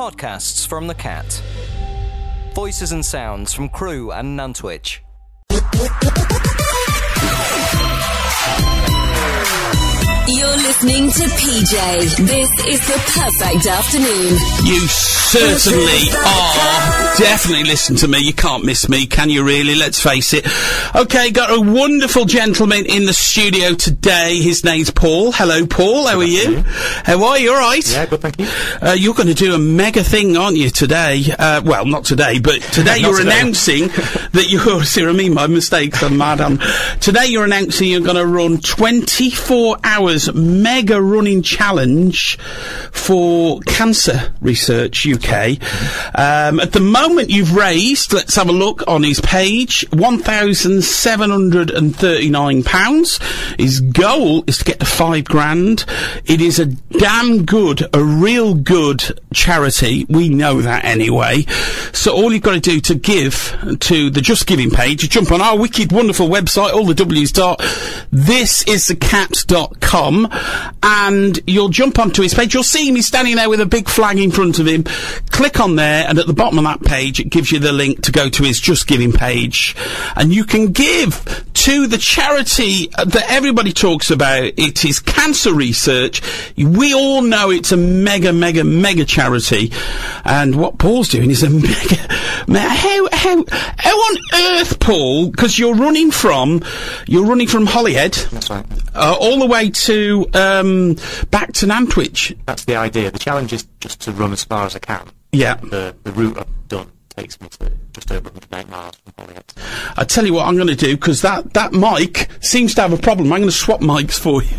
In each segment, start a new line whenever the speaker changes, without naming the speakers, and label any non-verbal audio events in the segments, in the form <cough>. Podcasts from the Cat. Voices and sounds from Crew and Nantwich.
You're listening to PJ. This is the perfect afternoon.
You certainly are. Definitely listen to me. You can't miss me, can you really? Let's face it. Okay, got a wonderful gentleman in the studio today. His name's Paul. Hello, Paul. How are you? How are you? All right?
Yeah, good, thank you.
Uh, you're going to do a mega thing, aren't you, today? Uh, well, not today,
<laughs>
but today
Not
you're
today.
announcing that you're. <laughs> See what I mean? My mistakes, I'm mad. I'm, today you're announcing you're going to run 24 hours mega running challenge for Cancer Research UK. Um, at the moment, you've raised, let's have a look on his page, £1,739. His goal is to get to five grand. It is a damn good, a real good charity. We know that anyway. So all you've got to do to give to the Just Giving page, you jump on our wicked, wonderful website, all the W's dot, this is the caps.com, and you'll jump onto his page. You'll see him, he's standing there with a big flag in front of him. Click on there, and at the bottom of that page, it gives you the link to go to his Just Giving page, and you can give to the charity uh, that everybody talks about. It is cancer research. We all know it's a mega, mega, mega charity, and what Paul's doing is a <laughs> mega. ma- How how how on earth, Paul? Because you're running from you're running from Holyhead
That's right.
uh, all the way to um, back to Nantwich.
That's the idea. The challenge is just to run as far as I can.
Yeah.
The the route I've done takes me to just over 108 miles from Holyhead.
I tell you what I'm going to do because that that mic seems to have a problem. I'm going to swap mics for you.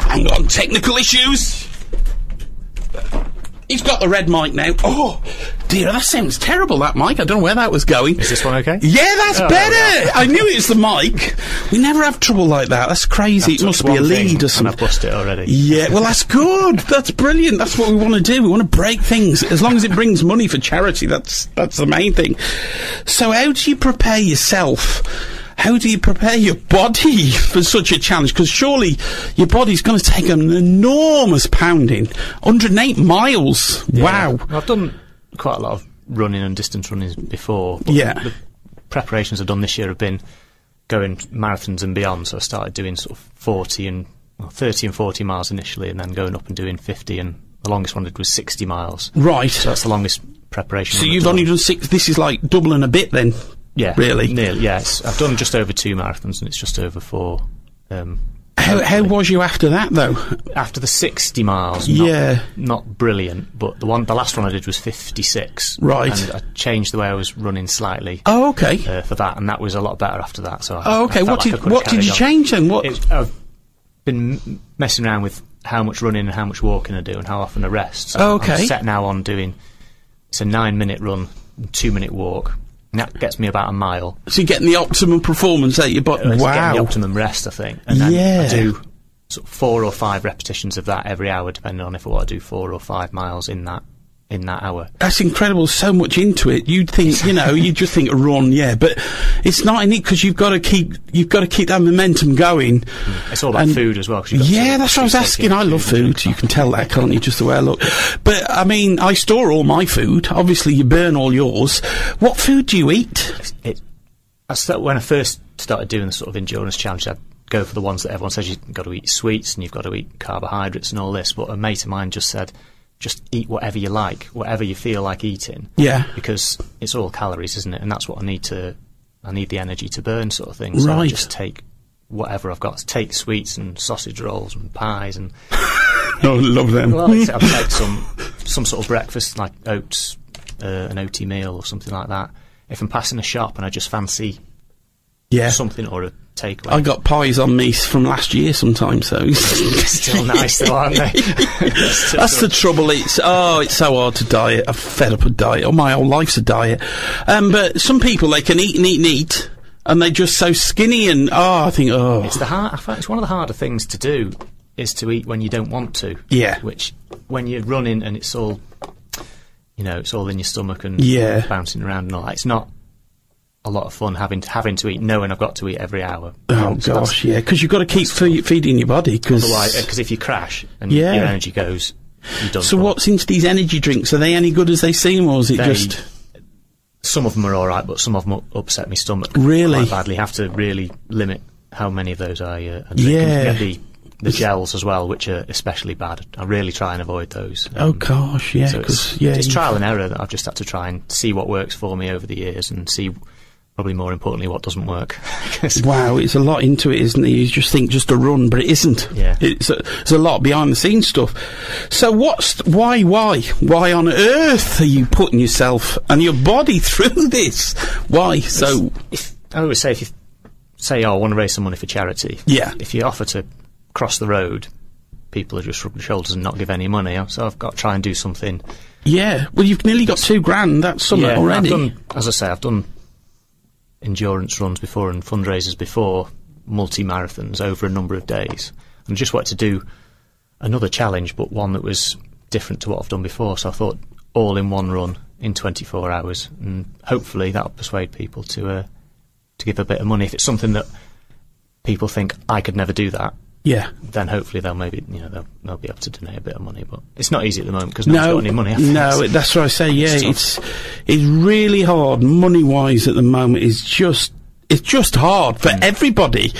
<laughs> Hang on, technical issues. He's got the red mic now. Oh dear, that sounds terrible. That mic. I don't know where that was going.
Is this one okay?
Yeah, that's
Oh,
better. I knew it was the mic. We never have trouble like that. That's crazy. it
Took
must be a
one thing
lead or
And I've
something.
lost it already.
Yeah, well, that's good. That's brilliant. That's what we want to do. We want to break things as long as it brings money for charity. That's that's the main thing. So, how do you prepare yourself? How do you prepare your body <laughs> for such a challenge? Because surely your body's going to take an enormous pounding. 108 miles. Wow.
Well, I've done quite a lot of running and distance runnings before. but
Yeah.
The preparations I've done this year have been going marathons and beyond. So I started doing sort of 40 and well, 30 and 40 miles initially, and then going up and doing 50. And the longest one I did was 60 miles.
Right.
So
So,
that's the longest preparation. one I've
you've
done.
only done six. This is like doubling a bit then.
yeah,
Really?
nearly. Yes, I've done just over two marathons, and it's just over four. Um,
How, how was you after that though?
after the 60 miles not,
Yeah.
not brilliant but the one the last one i did was 56
Right.
and i changed the way i was running slightly
Oh, okay.
uh, for that and that was a lot better after that so I,
Oh,
I
okay.
felt
What
like I
did
could've
what did
carried
you
on.
change then? What?
It- i've been m- messing around with how much running and how much walking i do and how often i rest so
Oh,
I'm
okay.
set now on doing it's a nine minute run two minute walk and that gets me about a mile
So you're getting the optimum performance out your body.
uh, to get the
Wow.
optimum rest, I think. And then
Yeah.
I do sort of four or five repetitions of that every hour, depending on if I want to do four or five miles in that in that hour.
That's incredible. So much into it. You'd think, you know, you'd just think run, yeah, but it's not in it because you've got to keep, you've got to keep that momentum going.
Mm, It's all about
And-
food as well. 'cause you've got to
Yeah,
sort of
that's what I was
keep
asking.
taking
I love
and
food.
drink.
You can tell that, can't you? Just the way I look. But I mean, I store all my food. Obviously, you burn all yours. What food do you eat?
It, I start, when I first started doing the sort of endurance challenge, I'd go for the ones that everyone says you've got to eat sweets and you've got to eat carbohydrates and all this. But a mate of mine just said, just eat whatever you like, whatever you feel like eating.
Yeah.
because it's all calories, isn't it? And that's what I need to, I need the energy to burn, sort of thing. So I
Right.
just take whatever I've got. Take sweets and sausage rolls and
<laughs>
pies and
Oh, love them.
well, I'll take some some sort of breakfast like oats, uh, an oaty meal or something like that. If I'm passing a shop and I just fancy
yeah. Oh,
something or a takeaway,
I got pies on me s- from last year sometimes, so. <laughs>
still nice though, aren't they?
That's the trouble. It's oh, it's so hard to diet. I'm fed up with diet. Oh, my whole life's a diet. Um, but some people they can eat and eat and eat, and they're just so skinny. And oh, I think oh,
It's the hard. I find it's one of the harder things to do is to eat when you don't want to.
Yeah.
Which when you're running and it's all, you know, it's all in your stomach and
Yeah.
bouncing around and all that. It's not a lot of fun having to, having to eat knowing I've got to eat every hour.
oh gosh, yeah, because you've got to keep fe- feeding your body. Because
Otherwise, because if you crash and y-
Yeah.
your energy goes, You're done
So
for.
what's into these energy drinks? Are they any good as they seem, or is it
They-
just
Some of them are all right, but some of them upset my stomach
Really?
quite badly. Have to really limit how many of those I uh, I drink. And you
Yeah.
get the the gels as well, which are especially bad. I really try and avoid those.
oh
Um,
gosh, yeah,
so
'cause,
it's,
yeah,
it's
you-
trial and error that I've just had to try and see what works for me over the years and see, probably more importantly, what doesn't work. <laughs> 'Cause-
Wow, it's a lot into it, isn't it? You just think just a run, but it isn't.
Yeah.
it's a, it's a lot behind the scenes stuff. So what's th- why why why on earth are you putting yourself and your body <laughs> through this? Why? So
if I always say if you say, "Oh, I want to raise some money for charity,"
Yeah.
If you offer to cross the road, people are just rub their shoulders and not give any money. So I've got to try and do something.
yeah, well you've nearly got two grand. That's something already.
I've done, as I say, I've done endurance runs before and fundraisers before, multi marathons over a number of days, and I just wanted to do another challenge, but one that was different to what I've done before. So I thought all in one run in 24 hours, and hopefully that'll persuade people to uh, to give a bit of money if it's something that people think I could never do that.
yeah.
Then hopefully they'll maybe you know they'll, they'll be able to donate a bit of money, but it's not easy at the moment because no, one's
No,
got any money.
no, that's what I say. Yeah,
It's tough.
it's it's really hard money wise at the moment. It's just it's just hard for
Mm.
everybody.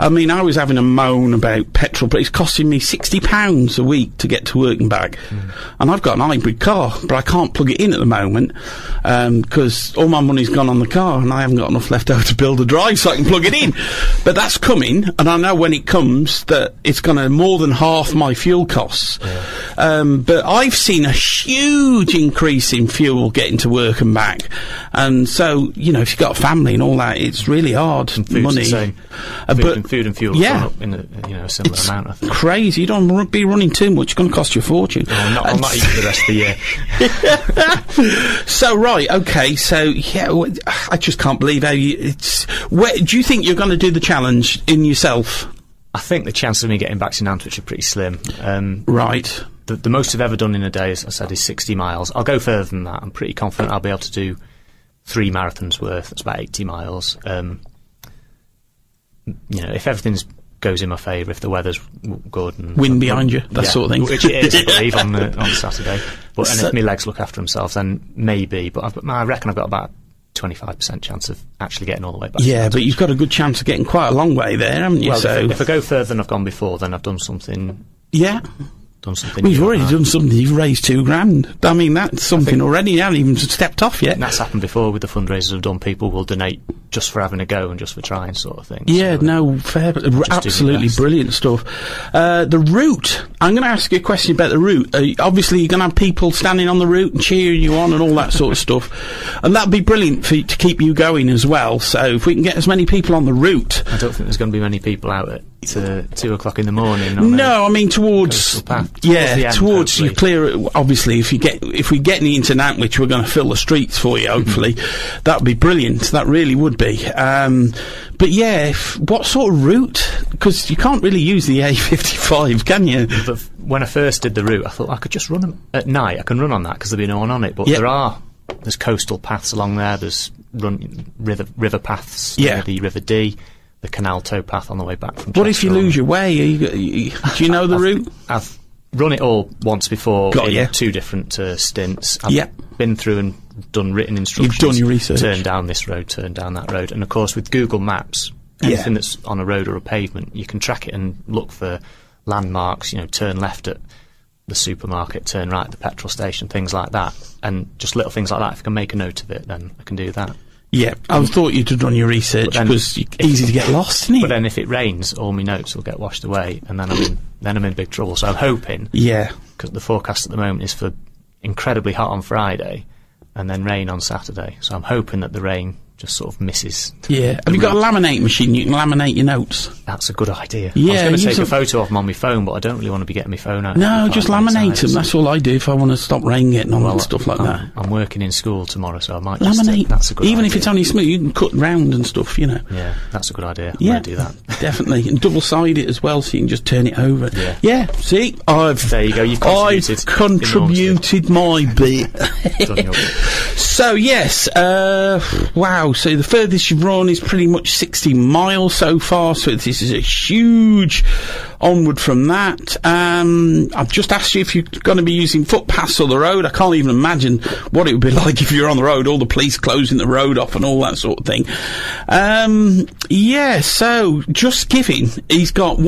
I mean, I was having a moan about petrol, but it's costing me sixty pounds a week to get to work and back,
Mm.
and I've got an hybrid car, but I can't plug it in at the moment because all my money's gone on the car, and I haven't got enough left <laughs> over to build a drive so I can plug it in. But that's coming, and I know when it comes that it's going to more than half my fuel costs. Um, but I've seen a huge increase in fuel getting to work and back, and so you know if you've got a family and all that, it's really hard
food's
money.
the same.
Uh,
food,
but
and, food and fuel have
yeah.
gone up in a, you know, a similar
It's
amount, I think.
crazy. You don't ru- be running too much. It's going to cost you a fortune.
I'll not, I'll
And <laughs>
not eat for the rest of the year.
so right, okay. So yeah, wh- I just can't believe how you. It's. Where, do you think you're going to do the challenge in yourself?
I think the chances of me getting back to Nantwich are pretty slim. Um,
Right.
the, the most I've ever done in a day, as I said, is 60 miles. I'll go further than that. I'm pretty confident I'll be able to do three marathons worth. That's about 80 miles. Um, you know, if everything's goes in my favour, if the weather's w- good and
Wind behind you, that
Yeah,
sort of thing.
which it is, I believe,
<laughs>
on the on Saturday. But and
So-
if my legs look after themselves, then maybe. But I've, got- I reckon I've got about 25% chance of actually getting all the way back. to
Yeah, but you've got a good chance of getting quite a long way there, haven't you?
Well,
so
if, if I go further than I've gone before, then I've done something.
yeah,
Done something.
we've
new,
already
haven't I?
done something. You've raised two grand. I mean, that's something already. You haven't even stepped off yet.
And that's happened before with the fundraisers I've done. People will donate just for having a go and just for trying, sort of thing.
Yeah,
So,
no, fair, but absolutely
best.
brilliant stuff. Uh, the route. I'm going to ask you a question about the route. Uh, obviously, you're going to have people standing on the route and cheering you on and all that sort of stuff, and that'd be brilliant for you, to keep you going as well. So, if we can get as many people on the route,
I don't think there's going to be many people out at uh, two o'clock in the morning. on
No, I mean towards
Coastal path.
yeah,
Towards the end,
towards you
hopefully.
clear. Obviously, if you get if we get any internet, which we're going to fill the streets for you, hopefully,
Mm-hmm.
that'd be brilliant. That really would be. Um, but yeah, if, what sort of route? Because you can't really use the A55, can you?
A, but f- when I first did the route, I thought I could just run 'em at night. I can run on that because there'll be no one on it. But
Yeah.
there are there's coastal paths along there. There's run river river paths.
Yeah.
near the River Dee, the Canal Tow path on the way back from.
What if you
Chester.
lose your way? Are you, go- you- do you know the
<laughs> I've-
route?
I've run it all once before
Got
in
ya.
two different uh, stints. I've
Yep.
been through and done written instructions.
done your research.
Turn down this road, turn down that road, and of course with Google Maps,
Yeah.
anything that's on a road or a pavement, you can track it and look for landmarks. You know, turn left at the supermarket, turn right at the petrol station, things like that, and just little things like that. If I can make a note of it, then I can do that.
Yeah, I thought you'd have done your research
then-
because easy to get lost, isn't it?
But then if it rains, all my notes will get washed away, and then I'm in, then I'm in big trouble. So I'm hoping
yeah.
because the forecast at the moment is for incredibly hot on Friday and then rain on Saturday. So I'm hoping that the rain just sort of misses.
Yeah. Have you got a laminate machine? You can laminate your notes.
That's a good idea. I
Yeah,
was going
use
to take
a-
a photo of them on my phone, but I don't really want to be getting my phone out.
No,
every
just
five minutes
laminate
either,
them.
so-
That's all I do if I want to stop rain getting on
Well,
and stuff like
I'm,
that.
I'm working in school tomorrow, so I might just
laminate.
think that's a good
Even if
idea.
it's only smooth, you can cut round and stuff. You know.
Yeah, that's a good idea. I'm
Yeah,
gonna do that. <laughs>
definitely, and double side it as well, so you can just turn it over.
Yeah.
see, I've
There you go, you've
I've
contributed
contributed
<laughs>
my bit.
Done
<laughs>
your bit.
so yes, uh, wow. So the furthest you've run is pretty much sixty miles so far. So this is a huge Onward from that, um, I've just asked you if you're going to be using footpaths or the road. I can't even imagine what it would be <laughs> like if you're on the road, all the police closing the road off and all that sort of thing. Um, yeah, so just giving, he's got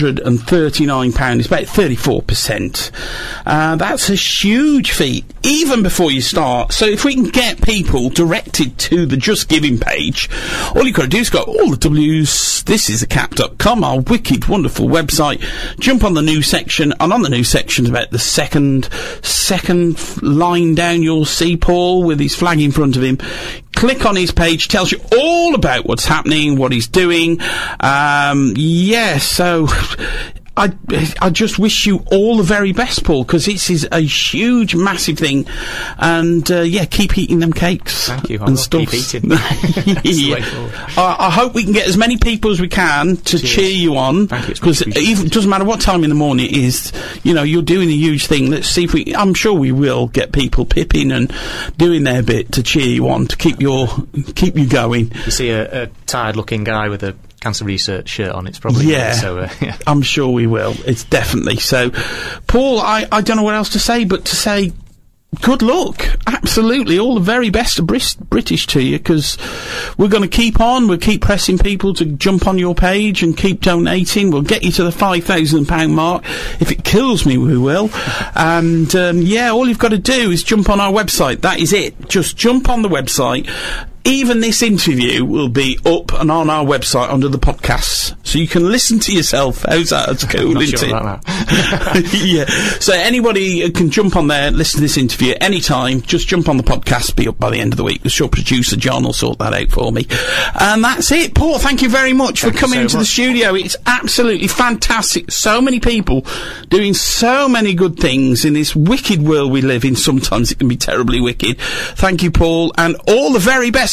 £1,739. It's about 34%. Uh, that's a huge feat, even before you start. So if we can get people directed to the Just Giving page, all you've got to do is go, all the W's, this is a cap.com, our wicked, wonderful website. Jump on the new section, and on the new section, about the second, second f- line down, you'll see Paul with his flag in front of him. Click on his page, tells you all about what's happening, what he's doing. Um, yeah, so I, I just wish you all the very best, Paul, because this is a huge, massive thing. And uh, yeah, keep eating them cakes.
Thank you. I
and
will keep
stuffs. <laughs>
eating. <laughs> That's the way forward.
I, I hope we can get as many people as we can to cheer you on.
Thank you, it's
Because
much appreciated.
it doesn't matter what time in the morning it is, you know, you're doing a huge thing. Let's see if we. I'm sure we will get people pipping and doing their bit to cheer you on to keep your keep you going.
You see a, a tired-looking guy with a cancer research shirt on. It's probably me,
Yeah.
So uh, <laughs> yeah.
I'm sure we will. It's definitely so. Paul, I, I don't know what else to say but to say good luck. Absolutely. All the very best of Bris- British to you because we're going to keep on. We'll keep pressing people to jump on your page and keep donating. We'll get you to the £5,000 mark. If it kills me, we will. and um, yeah, all you've got to do is jump on our website. That is it. Just jump on the website. Even this interview will be up and on our website under the podcasts, so you can listen to yourself. How's that? That's cool,
not
isn't
sure
it?
about
<laughs> yeah. So anybody uh, can jump on there, listen to this interview anytime. Just jump on the podcast, be up by the end of the week. I'm sure producer John will sort that out for me. And that's it, Paul. Thank you very much for
Thank you
coming
so
into the
much.
studio. It's absolutely fantastic. So many people doing so many good things in this wicked world we live in. Sometimes it can be terribly wicked. Thank you, Paul, and all the very best.